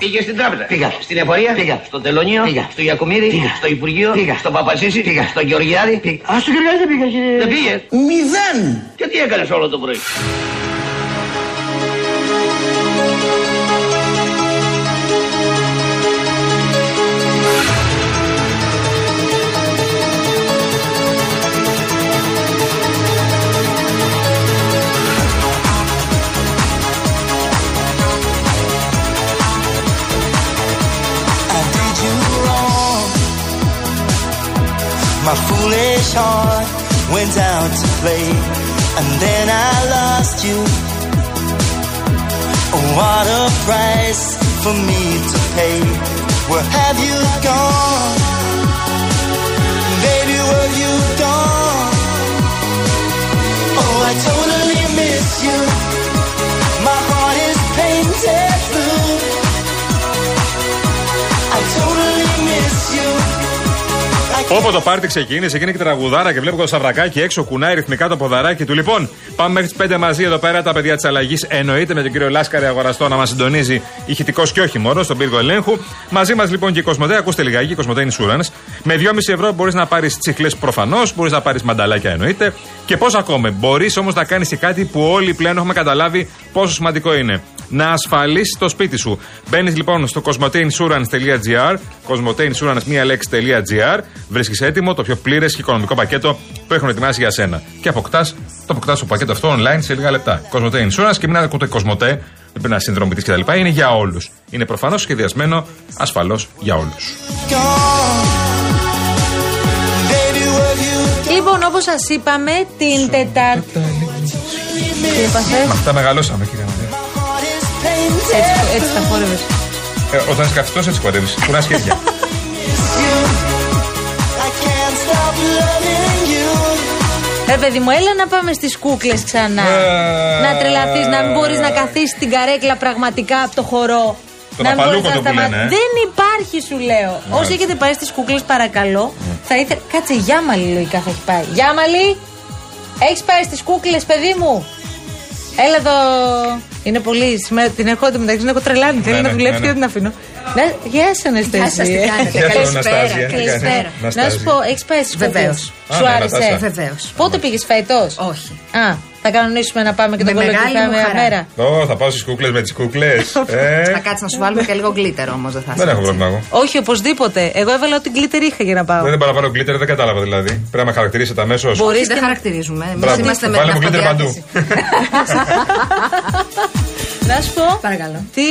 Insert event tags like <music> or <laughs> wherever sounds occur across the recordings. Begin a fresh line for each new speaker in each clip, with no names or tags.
Πήγε στην τράπεζα.
Πήγα.
Στην εφορία.
Πήγα.
Στο τελωνίο.
Πήγα.
Στο Γιακουμίδη.
Πήγα.
Στο Υπουργείο.
Πήγα.
Στον Παπασίση.
Πήγα.
Στον Γεωργιάδη.
Πήγα. Α, στο Γεωργιάδη δεν πήγα. κύριε.
Δεν πήγες.
Μηδέν.
Και τι έκανες όλο το πρωί.
I did you wrong. My foolish heart went out to play, and then I lost you. Oh, what a price for me to pay. Where have you gone? Baby, where have you gone? Oh, I totally miss you. My heart is painted blue. I totally miss you. I
Όπω το πάρτι ξεκίνησε, εκείνη και τραγουδάρα και βλέπω το σαβρακάκι έξω, κουνάει ρυθμικά το ποδαράκι του. Λοιπόν, πάμε μέχρι τις 5 μαζί εδώ πέρα τα παιδιά της αλλαγής. Εννοείται με τον κύριο Λάσκαρη αγοραστό να μας συντονίζει ηχητικός και όχι μόνος στον πύργο ελέγχου. Μαζί μας λοιπόν και η Κοσμοτέ, ακούστε λιγάκι, η Κοσμοτέ είναι insurance. Με 2,5 ευρώ μπορείς να πάρεις τσιχλέ προφανώς, μπορείς να πάρεις μανταλάκια εννοείται. Και πώς ακόμα, μπορείς όμως να κάνεις και κάτι που όλοι πλέον έχουμε καταλάβει πόσο σημαντικό είναι. Να ασφαλίσει το σπίτι σου. Μπαίνεις λοιπόν στο cosmoteinsurance.gr, cosmoteinsurance, μία λέξη.gr, βρίσκεις έτοιμο το πιο πλήρες και οικονομικό πακέτο που έχουν ετοιμάσει για σένα. Και αποκτάς το αποκτάς το πακέτο αυτό online σε λίγα λεπτά. Cosmote Insurance και μην ακούτε Cosmote, δεν πρέπει να συνδρομητής κτλ. Είναι για όλους. Είναι προφανώς σχεδιασμένο ασφαλώς για όλους.
gone. Baby, where you
Λοιπόν, όπως σας είπαμε, την Τετάρτη. Τι
Με
έπαθε.
αυτά μεγαλώσαμε, κύριε Μαρία.
heart is painted.
Έτσι, έτσι τα χόρευε.
Ε, όταν είσαι καθιστός, έτσι χορεύεις. Κουράς σχέδια.
You. I can't stop loving you.
Ρε Ε, παιδί μου, έλα να πάμε στις κούκλες ξανά.
Ε,
να τρελαθείς, να μην μπορείς να καθίσει την καρέκλα πραγματικά από το χορό.
Το
μην
παπαλούκο
μπορείς
το που
σταμα-
λένε, ε. Ναι.
Δεν υπάρχει, σου λέω. Όσοι έχετε πάει στις κούκλες, παρακαλώ. Θα ήθελα. Κάτσε, Γιάμαλη λογικά θα έχει πάει. Γιάμαλη, έχεις πάει στις κούκλες, παιδί μου. Έλα εδώ. Είναι πολύ. Σήμερα την ερχόνται μεταξύ να έχω τρελάνει. Θέλει
Ναι,
να
ναι,
δουλέψει
ναι,
και
ναι.
δεν την αφήνω. Να- Γεια σα,
Γεια σας, τι
Αναστασία.
κάνετε.
Γεια σου, Αναστάσια. Τι
Καλησπέρα.
κάνεις?
Καλησπέρα. Να σου
Αναστάση.
πω, έχεις πάει στις κούκλε.
Βεβαίως.
Α,
Σου
ναι,
άρεσε.
Αναστάσια.
Βεβαίως.
Πότε πήγες φέτος.
Όχι.
Α, θα κανονίσουμε να πάμε και
Με
τον
μεγάλη
κολοκυθά
μου
μια
χαρά.
μέρα.
Ω, θα πάω στις κούκλες με τις κούκλες.
<laughs> Θα κάτσει να σου βάλουμε και λίγο γκλίτερ όμως, δεν θα
Δεν
σε
έχω
έτσι.
πρόβλημα εγώ.
Όχι, οπωσδήποτε. Εγώ έβαλα ό,τι γκλίτερ είχα για να πάω.
Ναι.
Δεν παραπάνω κλίτερ, δεν κατάλαβα δηλαδή. Πρέπει να με χαρακτηρίσετε αμέσως.
Μπορείς,
Μπορείς
δεν
και-
χαρακτηρίζουμε. Εμείς
Μπράβο.
είμαστε με
Βάλε
την
μου γκλίτερ παντού.
αυτοδιάθεση.
Να σου πω.
Παρακαλώ.
Τι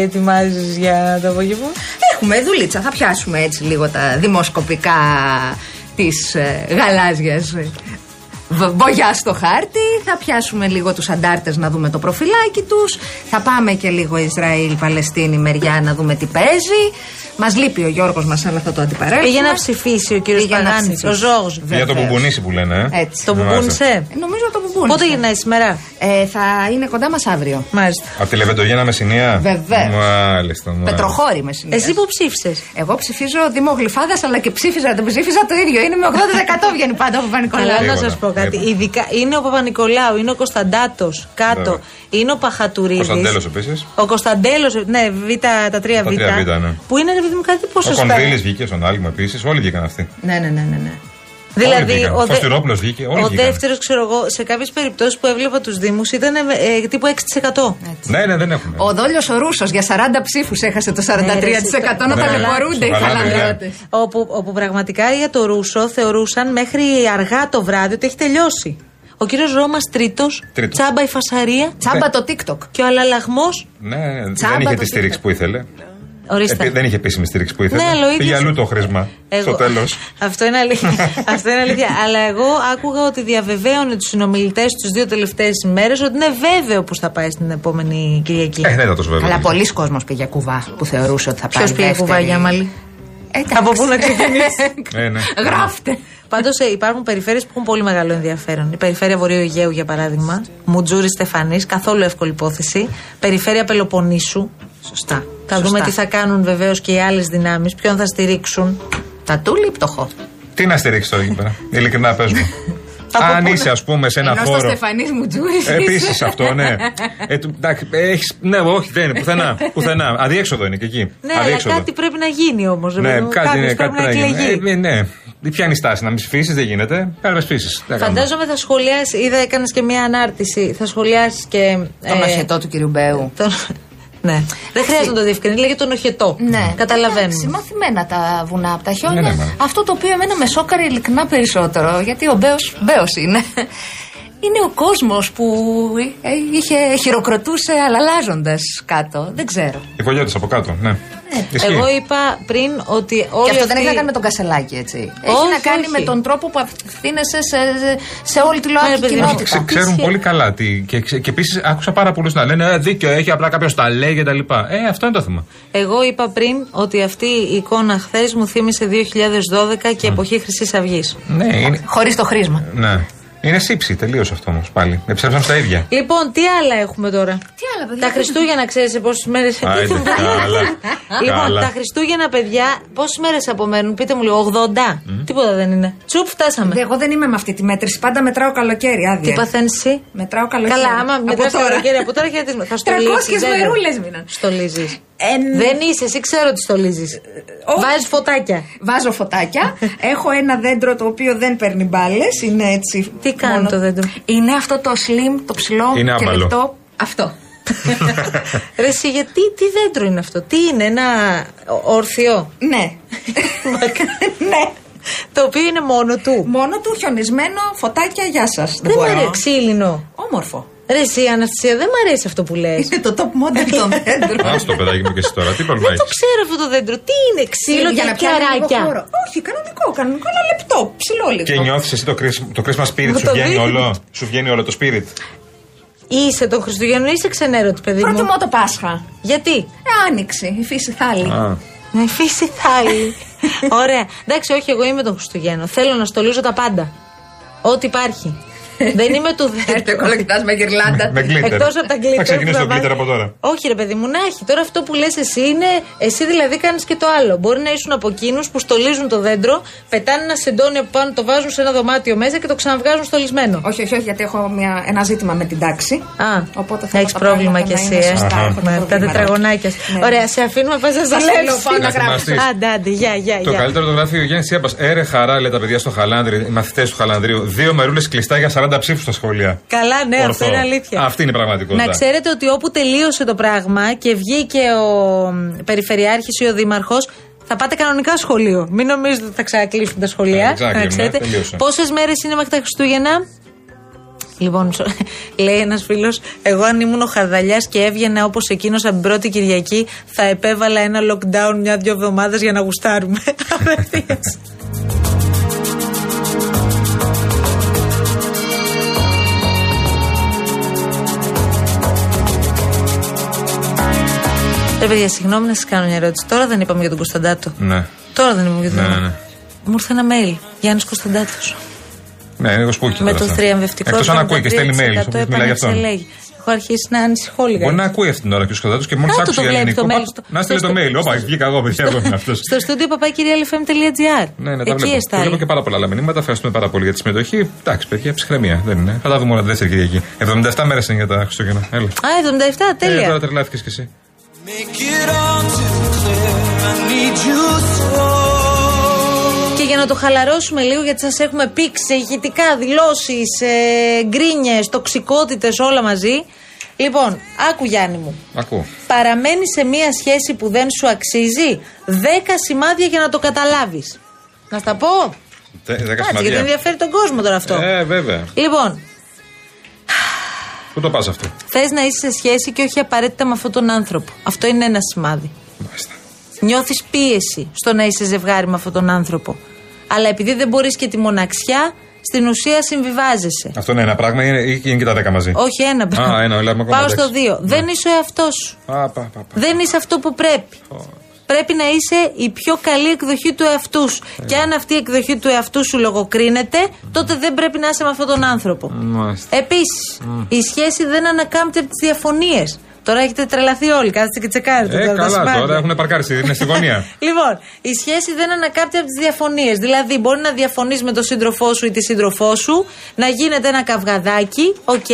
ετοιμάζεις για το απόγευμα.
<laughs> Έχουμε δουλίτσα. Θα πιάσουμε έτσι λίγο τα δημοσκοπικά ε, τη γαλάζιας ε, βογιά στο χάρτη. Θα πιάσουμε λίγο τους αντάρτες να δούμε το προφυλάκι τους. Θα πάμε και λίγο Ισραήλ-Παλαιστίνη μεριά να δούμε τι παίζει. Μας λείπει ο Γιώργος μας, αλλά θα το αντιπαρέλθουμε.
Πήγε να ψηφίσει ο κύριος
Πήγε να
Παγάνης, ο
ψηφίσει.
Ζώος.
Για το
Βεβαίως.
μπουμπουνίσι που λένε. Ε.
Έτσι.
Το
Ναι,
μπουμπούνισε.
Ε, Νομίζω το μπουμπούνι.
Πότε γυρνάει σήμερα.
Ε, θα είναι κοντά μας αύριο.
Μάλιστα.
Από τη Λεβεντογένα Μεσσηνία.
Βεβαίως.
Μάλιστα. μάλιστα.
Πετροχώρη με συνήθω.
Εσύ που ψήφισες.
Εγώ ψηφίζω Δήμο Γλυφάδας, αλλά και ψήφιζα, δεν ψήφιζα το ίδιο. Είναι με 80% <laughs> βγαίνει πάντα από
Αλλά
Πανικολάου.
να
Τίποτα,
σας πω κάτι.
τίποτα.
Ειδικά είναι ο Παπα-Νικολάου, είναι ο Κωνσταντάτος κάτω,
Βέβαια.
είναι ο Παχατουρίδης.
Ναι. Κωνσταντέλος επίσης.
Ο Κωνσταντέλος, ναι, β, τα τρία
Τα
β.
τρία β, ναι.
Που είναι, ρε παιδί μου, κάτι πόσο
Ο Κονδύλης βγήκε, ο Νάλγμα επίσης. Όλοι βγήκαν αυτοί.
Ναι, ναι, ναι, ναι. ναι.
Όλοι
Δηλαδή,
βγήκαν.
ο, δε-
Φωστηρόπουλος βγήκε, όλοι
ο
βγήκαν.
δεύτερος, ξέρω εγώ, σε κάποιες περιπτώσεις που έβλεπα τους Δήμους ήταν ε, ε, τύπου 6%.
Ναι, ναι, δεν έχουμε.
Ο Δόλιος ο Ρούσος για 40 ψήφους έχασε το 43% να
Ναι,
ταλαιπωρούνται οι
ναι, ναι.
χαλανδρότε.
Όπου, όπου πραγματικά για το Ρούσο θεωρούσαν μέχρι αργά το βράδυ ότι έχει τελειώσει. Ο κύριος Ρώμας τρίτος,
Τρίτος.
τσάμπα η φασαρία
Τσάμπα το TikTok.
και ο Αλαλαγμός.
Ναι, ναι, δεν
Τσάμπα
είχε
το
τη στήριξη
Twitter.
που ήθελε.
Ορίστε.
Επί- δεν είχε επίσημη στήριξη που ήθελε.
Ναι, αλλά ο
Πήγε
ίδιος-
αλλού το χρήσμα.
Εγώ-
Στο
<laughs>
τέλος.
Αυτό είναι
<laughs>
αλήθεια. Αυτό είναι αλήθεια. Αλλά εγώ άκουγα ότι διαβεβαίωνε τους συνομιλητές τους δύο τελευταίες ημέρες ότι είναι βέβαιο που θα πάει στην επόμενη Κυριακή.
Ε, δεν ήταν τόσο βέβαιο.
Αλλά πολλοί κόσμος πήγε κουβά που θεωρούσε ότι θα πάει.
Ποιος πήγε
δεύτερη.
κουβά, Γιάμαλη?
Ε, Εντάξει.
Από πού να ξεκινήσει.
Ε, ναι.
Γράφτε.
Πάντως ε, υπάρχουν περιφέρειες που έχουν πολύ μεγάλο ενδιαφέρον. Η περιφέρεια Βορείου Αιγαίου, για παράδειγμα. Μουτζούρι Στεφανής, καθόλου εύκολη υπόθεση. Περιφέρεια Πελοποννήσου.
Σωστά.
Θα δούμε τι θα κάνουν βεβαίως και οι άλλες δυνάμεις, ποιον θα στηρίξουν.
Τα τούλι ή πτωχό. <laughs>
Τι να στηρίξει τώρα εκεί πέρα. Ειλικρινά πες μου.
Θα το
Αν
πούνε.
είσαι, ας πούμε, σε ένα
Ενώ στο
χώρο.
Στεφανής μου τζούρισες.
Επίση Ε, αυτό, ναι. Ε, του- εντάξει, έχεις, ναι, όχι, δεν είναι πουθενά. πουθενά. Αδιέξοδο είναι και εκεί.
Ναι, αλλά
Αδιέξοδο.
κάτι πρέπει να γίνει όμως.
ναι, κάτι, ναι,
πρέπει
κάτι
να
πρέπει να
εκλεγεί.
γίνει. Ε, ναι, ναι. Ποια είναι η στάση, να μην ψηφίσει, δεν γίνεται. Πρέπει να ψηφίσει.
Φαντάζομαι θα σχολιάσει, είδα έκανες και μία ανάρτηση. Θα σχολιάσεις και. ε,
Τον οχετό του κυρίου Μπέου.
τον- ναι. Δεν χρειάζεται να το διευκρινίσει, λέγεται τον οχετό.
Ναι. Εντάξει,
Καταλαβαίνουμε.
μαθημένα τα βουνά από τα χιόνια.
Ναι, ναι, μα.
Αυτό το οποίο εμένα με σόκαρε ειλικρινά περισσότερο, γιατί ο Μπέος, Μπέος είναι. Είναι ο κόσμος που ε, είχε, χειροκροτούσε αλλαλάζοντας κάτω. Δεν ξέρω.
Οι κολλιώτε από κάτω, ναι. Ισχύει.
Ε, Εγώ είπα πριν ότι
Και
όλοι.
αυτό δεν
αυτοί-
έχει να κάνει με τον Κασελάκη, έτσι. έχει
Όχι,
να κάνει
όχι.
με τον τρόπο που απευθύνεσαι σε, σε όλη τη ΛΟΑΤΚΙ
Ναι, παιδί μου.
κοινότητα.
Ξε- Ξέρουν
Ισχύει.
πολύ καλά τι. Και, ξε- και επίσης άκουσα πάρα πολλούς να λένε «Ε, Δίκιο έχει, απλά κάποιος τα λέει και τα λοιπά. Ε, αυτό είναι το θέμα.
Εγώ είπα πριν ότι αυτή η εικόνα χθες μου θύμισε 2012 και εποχή Χρυσής Αυγής.
Ναι, είναι,
Χωρίς το χρήσμα.
ναι. είναι σύψη τελείω αυτό όμως πάλι. Επιστρέψαμε στα ίδια.
<laughs> Λοιπόν, τι άλλα έχουμε τώρα.
Τι άλλα, παιδιά.
Τα Χριστούγεννα, ξέρεις σε πόσες μέρες. <laughs>
Άιντε, καλά.
Λοιπόν,
Καλά.
τα Χριστούγεννα, παιδιά, πόσες μέρες απομένουν, πείτε μου λίγο, 80. Τίποτα δεν είναι. Τσουπ, φτάσαμε.
Ε.
Εγώ δεν είμαι με αυτή τη μέτρηση. Πάντα μετράω καλοκαίρι, άδεια.
Τι παθαίνεις εσύ.
Μετράω καλοκαίρι.
Καλά, άμα μετά
τώρα.
καλοκαίρι από τώρα χαιρετίζουμε.
<laughs>
Θα στολίσεις,
300
δεν είναι.
μερούλες μείναν.
Στολίζεις.
Εν- Ε,
Δεν είσαι, εσύ ξέρω ότι στολίζεις.
όχι.
Βάζεις
<laughs>
φωτάκια.
Βάζω φωτάκια.
<laughs>
Έχω ένα δέντρο το οποίο δεν παίρνει μπάλες. Είναι έτσι.
Τι κάνει
μόνο-
το δέντρο.
Είναι αυτό το slim, το ψηλό
Είναι
και
άβαλο.
λεπτό.
<laughs>
Αυτό.
Ρε εσύ, γιατί, τι δέντρο είναι αυτό, τι είναι, ένα ο- ορθιό.
ναι. <laughs> ναι.
το οποίο είναι μόνο του.
Μόνο του χιονισμένο, φωτάκια, γεια σας.
Δεν μ' αρέσει ξύλινο.
Όμορφο.
Ρε εσύ, Αναστασία, δεν μ' αρέσει αυτό που λες.
Είναι το top model
<laughs>
των δέντρων.
Ας το παιδάκι μου και εσύ τώρα, τι πρόβλημα
Δεν το
έχει.
ξέρω αυτό το δέντρο. Τι είναι, ξύλο
Για
και
να πιάνει λίγο
κιαράκια.
χώρο. Όχι, κανονικό, κανονικό, ένα λεπτό, ψηλό λίγο.
Και νιώθεις εσύ το, κρίσ, το κρίσμα spirit,
Μου
σου
το
βγαίνει
δίνει.
όλο. Σου βγαίνει όλο το spirit.
Είσαι το Χριστουγέννο, είσαι ξενέρωτη, παιδί μου.
Προτιμώ το Πάσχα.
Γιατί.
Ε, άνοιξη, η φύση
<laughs>
θάλη.
Α,
Με φύση
<laughs>
θάλη. Ωραία. Εντάξει, όχι, εγώ είμαι τον Χριστουγέννο. Θέλω να στολίζω τα πάντα. Ό,τι υπάρχει. Δεν είμαι
<laughs>
του
Έρχεται
δεύτερου.
ο κοιτάς με γυρλάντα.
με glitter.
Εκτός από τα γκλίτερ.
Θα ξεκινήσει το
που θα
γκλίτερ
βάλει-
από τώρα.
Όχι, ρε παιδί μου, να έχει. Τώρα αυτό που λες εσύ είναι. Εσύ δηλαδή κάνεις και το άλλο. Μπορεί να ήσουν από εκείνους που στολίζουν το δέντρο, πετάνε ένα σεντόνι από πάνω, το βάζουν σε ένα δωμάτιο μέσα και το ξαναβγάζουν στολισμένο.
όχι, όχι, όχι, γιατί έχω μια, ένα ζήτημα με την τάξη.
Α,
Οπότε θα
έχεις
έχω τα
πρόβλημα
πράγματα
κι εσύ.
να είναι
ε.
σωστά,
Αχα.
Ναι,
έχω
τα
προβλήματα.
τετραγωνάκια. σου.
Ναι.
Ωραία, σε αφήνουμε να πα να
Θα λέω,
Να
πάω να
θυμάστε.
γράψω.
Άντε, άντε, γεια, γεια,
Το
Ε, γεια.
καλύτερο το γράφει ο Γιάννη Σιάπας. Έρε χαρά, λέει τα παιδιά στο Χαλάνδρι, οι μαθητές του Χαλανδρίου. Δύο μερούλες κλειστά για 40 ψήφου στα σχολεία.
Καλά, ναι,
Ορθό.
αυτό είναι αλήθεια.
Αυτή είναι η πραγματικότητα.
Να ξέρετε ότι όπου τελείωσε το πράγμα και βγήκε ο μ, Περιφερειάρχης ή ο Δήμαρχος, θα πάτε κανονικά σχολείο. Μην νομίζετε ότι θα ξανακλείσουν τα σχολεία.
Ε, exactly, ναι, τελείωσε.
Πόσες μέρες είναι μέχρι τα Χριστούγεννα. Λοιπόν, μισό- <laughs> λέει ένας φίλος, εγώ αν ήμουν ο Χαρδαλιάς και έβγαινα όπως εκείνος από την πρώτη Κυριακή, θα επέβαλα ένα lockdown μια-δυο εβδομάδες για να γουστάρουμε. <laughs> Απευθείας. Ρε Ε, παιδιά, συγγνώμη να σας κάνω μια ερώτηση. Τώρα δεν είπαμε για τον Κωνσταντάτο.
Ναι.
Τώρα δεν είπαμε για τον
Ναι, ναι,
Κωνσταντάτο. Μου ήρθε ένα mail. Γιάννης Κωνσταντάτος.
Ναι, είναι λίγο σπούκι.
Με το θριαμβευτικό.
Εκτός αν ακούει και στέλνει mail.
73%
όποιος Μιλάει γι' αυτό.
επανεξελέγει. Έχω αρχίσει να ανησυχώ λίγα.
Μπορεί να ακούει αυτή την ώρα και ο Σκοτάτο και μόλις
Κάτω
άκουσε
το
για
βλέπει
ελληνικό.
το
πα-
mail στο-
Να στείλει
στο-
το mail. Όπα,
στο-
βγήκα εγώ, παιδιά. Εγώ είμαι αυτός.
Στο στούντιο παπάκυριαλεφm.gr.
Ναι, ναι, τα βλέπω. Το
Εκεί
βλέπω και
εστάει.
πάρα πολλά άλλα μηνύματα. Ευχαριστούμε πάρα πολύ για τη συμμετοχή. Εντάξει, παιδιά, ψυχραιμία. Δεν είναι. Θα τα δούμε όλα τη δεύτερη Κυριακή. 77 μέρες είναι για τα Χριστούγεννα. Έλα.
Α, 77,
Ε, τώρα
τέλεια.
τρελάθηκες κι εσύ.
Make it all too clear. I need you so.
Και για να το χαλαρώσουμε λίγο, γιατί σας έχουμε πήξει ηχητικά δηλώσεις, ε, γκρίνιες, τοξικότητες, όλα μαζί. Λοιπόν, άκου Γιάννη μου.
Ακούω.
Παραμένει σε μία σχέση που δεν σου αξίζει. Δέκα σημάδια για να το καταλάβεις. Να στα πω.
Τε- Δέκα
Κάτσε, γιατί
σημαντικά.
ενδιαφέρει τον κόσμο τώρα αυτό.
Ε, βέβαια.
Λοιπόν,
Πού το πας αυτό.
θες να είσαι σε σχέση και όχι απαραίτητα με αυτόν τον άνθρωπο. Αυτό είναι ένα σημάδι.
Μάλιστα.
Νιώθεις πίεση στο να είσαι ζευγάρι με αυτόν τον άνθρωπο. Αλλά επειδή δεν μπορείς και τη μοναξιά, στην ουσία συμβιβάζεσαι.
Αυτό είναι ένα πράγμα ή είναι, ή είναι και τα δέκα μαζί.
Όχι ένα πράγμα.
Α, ένα, λέμε ακόμα
Πάω
εντάξει. Ναι.
στο δύο. Δεν είσαι ο εαυτός σου.
Α, πα, πα, πα.
Δεν είσαι αυτό που πρέπει. Πρέπει να είσαι η πιο καλή εκδοχή του εαυτούς σου.
Ε.
Και αν αυτή η εκδοχή του εαυτού σου λογοκρίνεται, τότε δεν πρέπει να είσαι με αυτόν τον άνθρωπο.
Μάλιστα.
Επίσης, η σχέση δεν ανακάμπτει από τις διαφωνίες. Τώρα έχετε τρελαθεί όλοι, κάθεστε και τσεκάρετε.
Ε,
τα- τα
καλά
σημάδια.
τώρα, έχουν παρκάρσει, είναι στη γωνία.
<laughs> Λοιπόν, η σχέση δεν ανακάπτει από τις διαφωνίες. Δηλαδή, μπορεί να διαφωνείς με τον σύντροφό σου ή τη σύντροφό σου, να γίνεται ένα καυγαδάκι, οκ.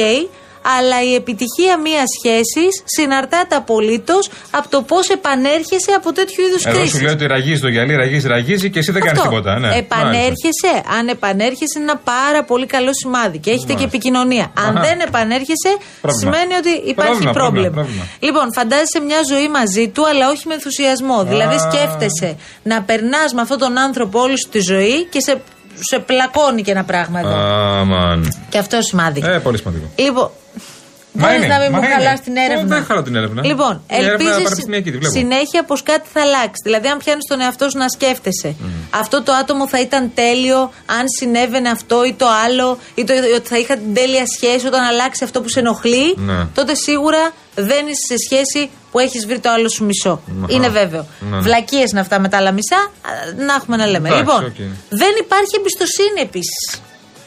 αλλά η επιτυχία μιας σχέσης συναρτάται απολύτως από το πώς επανέρχεσαι από τέτοιου είδους
Εγώ σου
κρίσεις.
λέω ότι ραγίζει το γυαλί, ραγίζει, ραγίζει και εσύ δεν κάνεις
Αυτό.
τίποτα. Ναι. Μάλιστα.
Επανέρχεσαι. Αν επανέρχεσαι, είναι ένα πάρα πολύ καλό σημάδι και έχετε και επικοινωνία. Αν
Αχα.
δεν επανέρχεσαι,
Πρόβλημα.
σημαίνει ότι υπάρχει
Πρόβλημα,
πρόβλημα.
πρόβλημα, πρόβλημα.
Λοιπόν, φαντάζεσαι μια ζωή μαζί του, αλλά όχι με ενθουσιασμό. Δηλαδή, σκέφτεσαι να περνάς με αυτόν τον άνθρωπο όλη σου τη ζωή και σε, σε πλακώνει και ένα πράγμα εδώ.
Αμαν.
Και αυτό σημάδι.
Ε, πολύ σημαντικό.
Λοιπόν. Μπορεί
είναι,
να μην
μα
μου
είναι.
χαλάς την
Ε,
έρευνα.
δεν χαλάω την έρευνα.
Λοιπόν,
Η έρευνα πανεπιστημιακή τη
ελπίζει
βλέπω.
συνέχεια πως κάτι θα αλλάξει. Δηλαδή, αν πιάνεις τον εαυτό σου να σκέφτεσαι. Αυτό το άτομο θα ήταν τέλειο αν συνέβαινε αυτό ή το άλλο, ή το, ότι θα είχα την τέλεια σχέση όταν αλλάξει αυτό που σε ενοχλεί.
Ναι.
Τότε σίγουρα δεν είσαι σε σχέση που έχεις βρει το άλλο σου μισό.
Μαχα.
Είναι βέβαιο.
Ναι, ναι.
Βλακίες είναι αυτά με τα άλλα μισά. α, Να έχουμε να λέμε.
Εντάξει,
λοιπόν,
οκ.
δεν υπάρχει εμπιστοσύνη επίσης.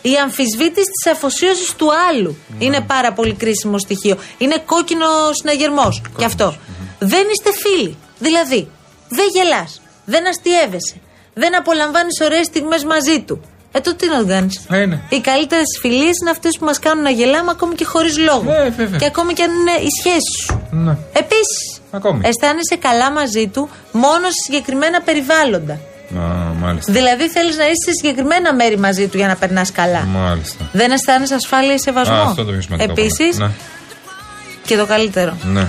Η αμφισβήτηση της αφοσίωσης του άλλου
Ναι.
είναι πάρα πολύ κρίσιμο στοιχείο. Είναι κόκκινο συναγερμός γι' αυτό. Δεν είστε φίλοι. Δηλαδή, δεν γελάς, δεν αστείευεσαι, δεν απολαμβάνεις ωραίες στιγμές μαζί του. Ε, το τι να κάνεις.
Ε, είναι.
Οι καλύτερες φιλίες είναι αυτές που μας κάνουν να γελάμε ακόμη και χωρίς λόγο.
Ε, βέβαια.
και ακόμη και αν είναι η σχέση σου.
Ναι.
Επίσης,
Ακόμη.
αισθάνεσαι καλά μαζί του μόνο σε συγκεκριμένα περιβάλλοντα.
Α, μάλιστα.
Δηλαδή θέλεις να είσαι σε συγκεκριμένα μέρη μαζί του για να περνάς καλά.
Μάλιστα.
Δεν αισθάνεσαι ασφάλεια ή
Α,
σεβασμό.
αυτό το πιο σημαντικό.
Επίση,
Ναι.
και το καλύτερο,
ναι.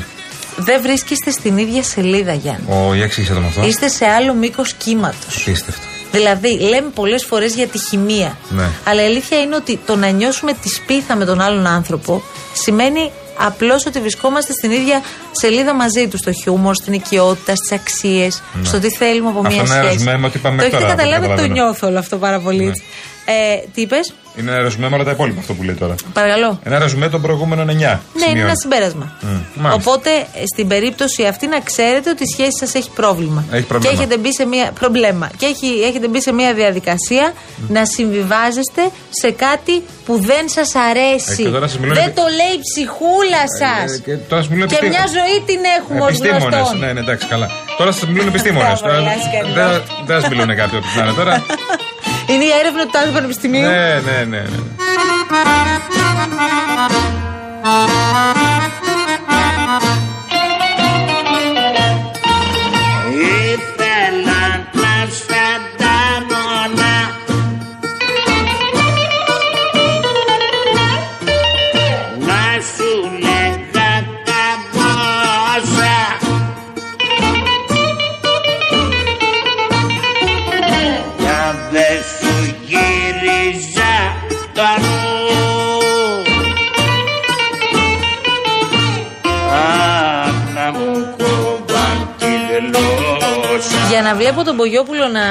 δεν βρίσκεστε στην ίδια σελίδα, Γιάννη.
Ω, για εξήγησε το με αυτό.
Είστε σε άλλο μήκος κύματος.
Απίστευτο.
Δηλαδή, λέμε πολλές φορές για τη χημεία.
Ναι.
Αλλά η αλήθεια είναι ότι το να νιώσουμε τη σπίθα με τον άλλον άνθρωπο σημαίνει απλώς ότι βρισκόμαστε στην ίδια σελίδα μαζί του. Στο χιούμορ, στην οικειότητα, στις αξίες, στο τι θέλουμε από
Ναι. Αυτό είναι
μια σχέση.
ένα ρωσμένο ότι πάμε
το έχετε
τώρα,
καταλάβει, το
καταλαβαίνω.
νιώθω όλο αυτό πάρα πολύ.
Ναι.
έτσι. Ε, τι είπες,
Είναι ένα ρεζουμέ με όλα τα υπόλοιπα αυτό που λέει τώρα.
παρακαλώ.
Ένα ρεζουμέ των προηγούμενων 9.
Ναι, είναι ένα συμπέρασμα.
Μ, μάλιστα.
Οπότε ε, στην περίπτωση αυτή να ξέρετε ότι η σχέση σας έχει πρόβλημα.
Έχει πρόβλημα.
Και έχετε μπει σε μια, προβλέμα. Και έχει, έχετε μπει σε μια διαδικασία να συμβιβάζεστε σε κάτι που δεν σας αρέσει.
Ε, και τώρα σας μιλούν
δεν
επι-
το λέει η ψυχούλα σα.
Ε, και τώρα σας μιλούν
και
επιστήμονες.
μια ζωή την έχουμε ως
Επιστήμονες.
γνωστόν.
Ναι, ναι, εντάξει, καλά. Τώρα σας μιλούν επιστήμονες.
<laughs> Μπράβο, Λάσκαρη.
Δεν δεν σας μιλούν κάποιοι από την άλλη
<laughs>
τώρα.
Είναι η έρευνα του Τάδε Πανεπιστημίου.
Ναι, ναι, ναι. ναι.
Ήθελα να σε ταρώνω Να σου λέγα καμπόσα Για δε σου γύριζα το νου Α, να μου κόβαν τη γλώσσα
Για να βλέπω τον Πογιόπουλο να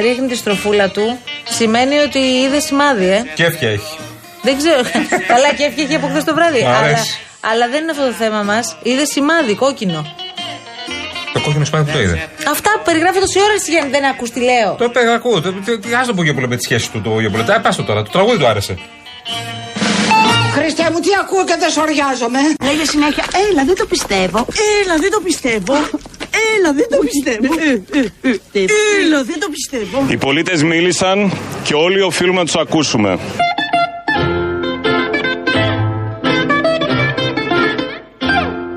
ρίχνει τη στροφούλα του, σημαίνει ότι είδε σημάδι, ε.
Και έφτια έχει.
Δεν
<laughs>
ξέρω. Καλά, και έφυγε από χθες το βράδυ.
Μ'
αλλά,
αρέσει.
αλλά δεν είναι αυτό το θέμα μας. Είδε σημάδι κόκκινο.
Το κόκκινο σπάνι που το είδε.
Αυτά που περιγράφει τόση ώρα εσύ, Γιάννη, δεν ακούς τι λέω.
Το πήγα, ακούω. Το- τι- τι- Άστο που με τη σχέση του το Γιώπουλο. Τα πάστο τώρα. Το τραγούδι του άρεσε.
Χριστέ μου, τι ακούω και δεν σοριάζομαι.
Λέγε συνέχεια, έλα δεν το πιστεύω.
Έλα, δεν το
<laughs>
πιστεύω. Έλα, δεν το πιστεύω.
Ε,
Έλα, δεν το πιστεύω.
Οι πολίτες μίλησαν και όλοι οφείλουμε να τους ακούσουμε.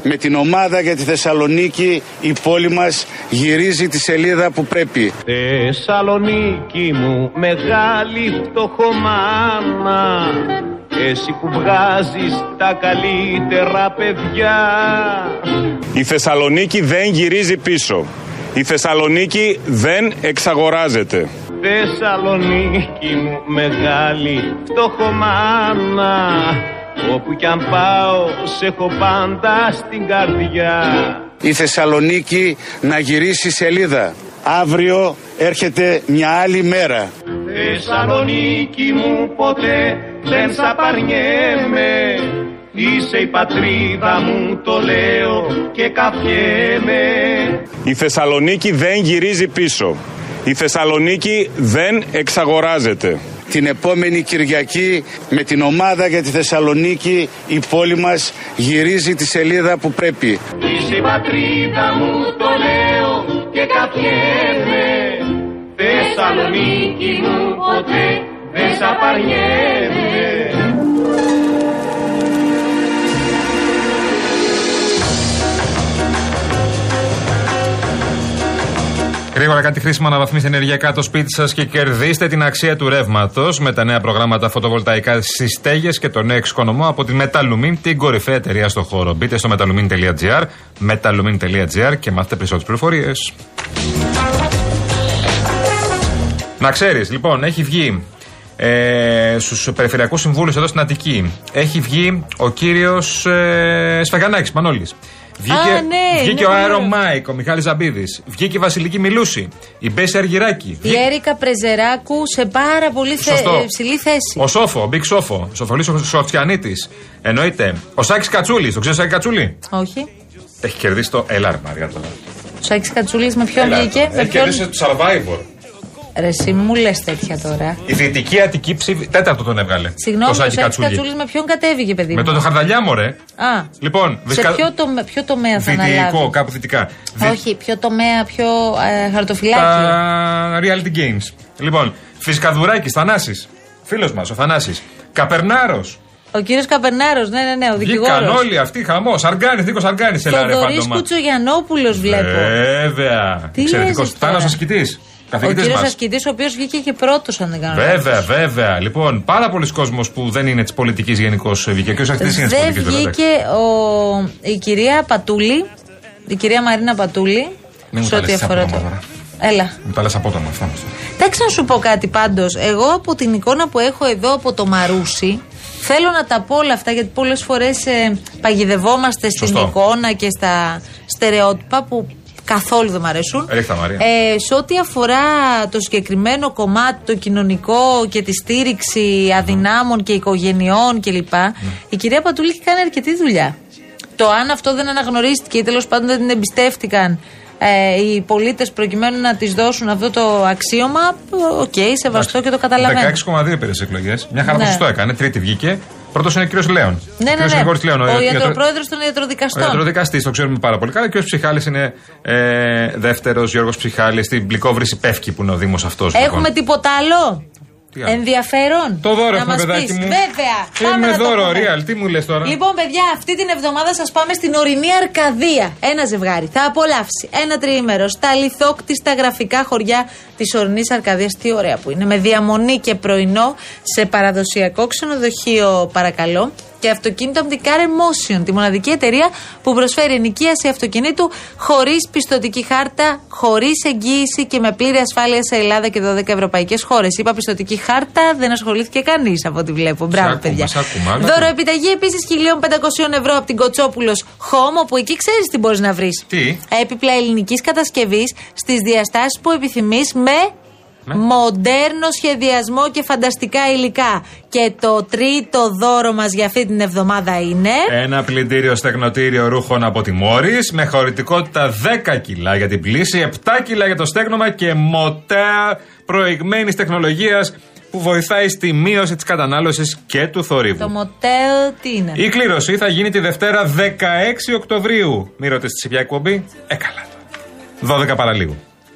Με την ομάδα για τη Θεσσαλονίκη η πόλη μας γυρίζει τη σελίδα που πρέπει.
Θεσσαλονίκη μου μεγάλη φτωχομάνα Εσύ που βγάζεις τα καλύτερα παιδιά
Η Θεσσαλονίκη δεν γυρίζει πίσω. Η Θεσσαλονίκη δεν εξαγοράζεται.
Θεσσαλονίκη μου μεγάλη φτωχομάνα Όπου κι αν πάω σε έχω πάντα στην καρδιά
Η Θεσσαλονίκη να γυρίσει σελίδα. Αύριο έρχεται μια άλλη μέρα.
Θεσσαλονίκη μου ποτέ δεν σ' απαρνιέμαι Είσαι η πατρίδα μου το λέω και καπιέμαι
Η Θεσσαλονίκη δεν γυρίζει πίσω. Η Θεσσαλονίκη δεν εξαγοράζεται.
την επόμενη Κυριακή με την ομάδα για τη Θεσσαλονίκη η πόλη μας γυρίζει τη σελίδα που πρέπει.
Είσαι η πατρίδα μου το λέω και καπιέμαι Θεσσαλονίκη μου ποτέ δεν σ' απαριέμαι
Γρήγορα κάτι χρήσιμο αναβαθμίστε ενεργειακά το σπίτι σας και κερδίστε την αξία του ρεύματος με τα νέα προγράμματα φωτοβολταϊκά στις στέγες και το νέο εξοικονομό από τη Metalumin, την κορυφαία εταιρεία στον χώρο. Μπείτε στο metalumin.gr, metalumin.gr και μάθετε περισσότερε πληροφορίες. Να ξέρεις, λοιπόν, έχει βγει ε, στους περιφερειακούς συμβούλους εδώ στην Αττική. Έχει βγει ο κύριος ε, Σφαγανάκη Πανόλης. Βγήκε,
Α, ναι,
βγήκε
ναι,
ο
ναι.
Αέρο Μάικ, ο Μιχάλης Ζαμπίδης. Βγήκε η Βασιλική Μιλούση. Η Μπέση Αργυράκη.
Η Έρικα Πρεζεράκου σε πάρα πολύ θε...
Σωστό.
ε, ψηλή θέση.
Ο Σόφο, ο Μπικ Σόφο. Ο Σοφολής ο Σοτσιανίτη. Εννοείται. Ο Σάκης Κατσούλης. Το ξέρεις Σάκη Κατσούλη.
Όχι.
Έχει κερδίσει το Ελάρ, Μαριά τώρα.
Ο Σάκης Κατσούλης με ποιον
Έλα, ε,
βγήκε. Με
Έχει
ποιον...
κερδίσει το Survivor.
Ρε εσύ μου λες τέτοια τώρα.
Η Δυτική Αττική ψήφι. Τέταρτο τον έβγαλε.
Συγγνώμη, ο
το Σάκη
Σάκης
Κατσούλη.
Κατσούλης με ποιον κατέβηκε παιδί
Με
μου.
τον Χαρδαλιά, μωρέ.
Α,
Λοιπόν,
σε
βυσκα-
ποιο, τομε... ποιο τομέα θα αναλάβει.
Δυτικό, κάπου δυτικά. Δυ-
Όχι, ποιο τομέα, ποιο ε, χαρτοφυλάκι.
Τα reality games. Λοιπόν, Φισκαδουράκη, Θανάσης. Φίλος μας, ο Θανάσης. Καπερνάρος.
Ο κύριος Καπερνάρος, ναι, ναι, ναι, ο
Βγήκαν
δικηγόρο.
όλοι αυτοί, χαμός. Αργάνης, Νίκος Αργάνης, ελά ρε
Θοδωρής
φάντομα.
Κουτσογιανόπουλος βλέπω.
Βέβαια.
Τι
Εξαιρετικό.
λες τώρα.
Θάνατο ασκητή.
Ο
Καθηγητή
κύριος
μας.
Ασκητής, ο οποίος βγήκε και πρώτος, αν δεν κάνω λάθος.
Βέβαια, βέβαια. Λοιπόν, πάρα πολλοί κόσμος που δεν είναι της πολιτικής γενικώς ε, βγήκε. Και ο ασκητής είναι της
Δεν
πολιτικής
βγήκε ο, η κυρία Πατούλη, η κυρία Μαρίνα Πατούλη,
Μην μου
σε
τα
ό,τι
λες
αφορά
απότομα
το.
τώρα.
Έλα.
Μου τα λες απότομα αυτά.
Εντάξει, να σου πω κάτι πάντως. Εγώ από την εικόνα που έχω εδώ από το Μαρούσι, θέλω να τα πω όλα αυτά γιατί πολλές φορές παγιδευόμαστε στην
Σωστό.
εικόνα και στα στερεότυπα που καθόλου δεν μ' αρέσουν.
Ρίχτα, Μαρία.
Ε, σε ό,τι αφορά το συγκεκριμένο κομμάτι, το κοινωνικό και τη στήριξη αδυνάμων και οικογενειών κλπ., η κυρία Πατούλη έχει κάνει αρκετή δουλειά. Το αν αυτό δεν αναγνωρίστηκε ή τέλος πάντων δεν την εμπιστεύτηκαν ε, οι πολίτες προκειμένου να της δώσουν αυτό το αξίωμα, οκ, σεβαστό και το καταλαβαίνω.
16,2 πήρε εκλογές. Μια χαρά
Ναι.
το σωστό έκανε. Τρίτη βγήκε. Πρώτος είναι ο κύριος Λέων.
Ναι, ναι,
κύριος
ναι.
Γρηγόρης Λέων,
Ο
ιατρο-
ιατροπρόεδρος των
ε, Ο
ιατροδικαστών.
ιατροδικαστής, το ξέρουμε πάρα πολύ καλά. Και ο Ψυχάλης είναι ε, δεύτερος Γιώργος Ψυχάλης στην πλικόβρηση Πεύκη που είναι ο Δήμος αυτός.
Έχουμε τίποτα άλλο.
λοιπόν. Τι άλλο?
Ενδιαφέρον.
Το δώρο
να
έχουμε,
μας
παιδάκι
πεις.
μου.
Βέβαια. Πάμε
Είμαι
να το
δώρο,
πούμε.
real. Τι μου λες τώρα.
Λοιπόν, παιδιά, αυτή την εβδομάδα σας πάμε στην ορεινή Αρκαδία. Ένα ζευγάρι θα απολαύσει ένα τριήμερο στα λιθόκτιστα γραφικά χωριά της ορεινής Αρκαδίας. Τι ωραία που είναι. Με διαμονή και πρωινό σε παραδοσιακό ξενοδοχείο, παρακαλώ. Και αυτοκίνητο από την Car Emotion, τη μοναδική εταιρεία που προσφέρει ενοικίαση αυτοκινήτου χωρίς πιστοτική χάρτα, χωρίς εγγύηση και με πλήρη ασφάλεια σε Ελλάδα και 12 ευρωπαϊκές χώρες. Είπα πιστοτική χάρτα, δεν ασχολήθηκε κανείς από ό,τι βλέπω. Μπράβο,
ακούμε,
παιδιά.
σ' ακούμε, αλλά
Δώρο
τι.
Επιταγή επίσης 1.500 ευρώ από την Κοτσόπουλος Home, όπου εκεί ξέρεις τι μπορείς να βρεις.
Τι?
Έπιπλα ελληνικής κατασκευής στις διαστάσεις που επιθυμείς με.
Ναι.
Μοντέρνο σχεδιασμό και φανταστικά υλικά. Και το τρίτο δώρο μας για αυτή την εβδομάδα είναι.
Ένα πλυντήριο στεγνοτήριο ρούχων από τη Μόρις με χωρητικότητα 10 κιλά για την πλήση, 7 κιλά για το στέγνομα και μοτέα προηγμένης τεχνολογίας που βοηθάει στη μείωση της κατανάλωσης και του
Το
θορύβου.
μοτέλ τι είναι.
Η κλήρωση θα γίνει τη Δευτέρα 16 Οκτωβρίου. Μη ρωτήσετε σε ποια εκπομπή. Ε, καλά. 12 παραλίγου.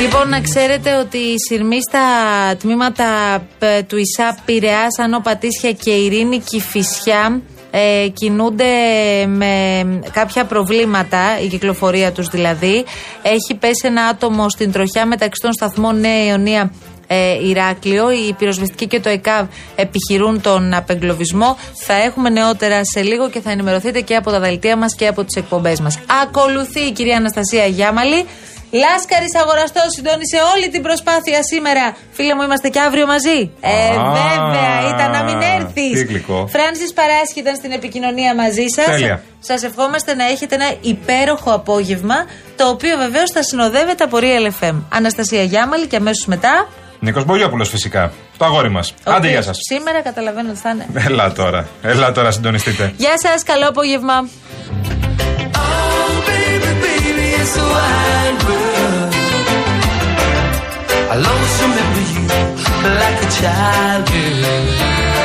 Λοιπόν, να ξέρετε ότι η σειρμή στα τμήματα ε, του ΙΣΑ Πειραιάς, Άνω Πατήσια και Ειρήνη Κηφισιά ε, κινούνται με κάποια προβλήματα, η κυκλοφορία τους δηλαδή. Έχει πέσει ένα άτομο στην τροχιά μεταξύ των σταθμών Νέα Ιωνία ε, Ηράκλειο. Η πυροσβεστική και το ΕΚΑΒ επιχειρούν τον απεγκλωβισμό. Θα έχουμε νεότερα σε λίγο και θα ενημερωθείτε και από τα δελτία μας και από τις εκπομπές μας. Ακολουθεί η κυρία Αναστασία Γιάμαλη Λάσκαρης αγοραστός συντώνησε όλη την προσπάθεια σήμερα. Φίλε μου, είμαστε και αύριο μαζί. Ε,
Α,
βέβαια, ήταν να μην έρθεις.
τι γλυκό.
Φράνση Παράσχη ήταν στην επικοινωνία μαζί σας.
Τέλεια.
Σας ευχόμαστε να έχετε ένα υπέροχο απόγευμα, το οποίο βεβαίως θα συνοδεύεται από Real FM. Αναστασία Γιάμαλη και αμέσως μετά.
Νίκος Μπολιόπουλο φυσικά. Το αγόρι μας.
ο
Άντε, γεια
οποίος
σας.
Σήμερα καταλαβαίνω ότι θα είναι.
Έλα τώρα. Έλα τώρα, συντονιστείτε.
Γεια σας, καλό απόγευμα.
I long to remember you like a child girl.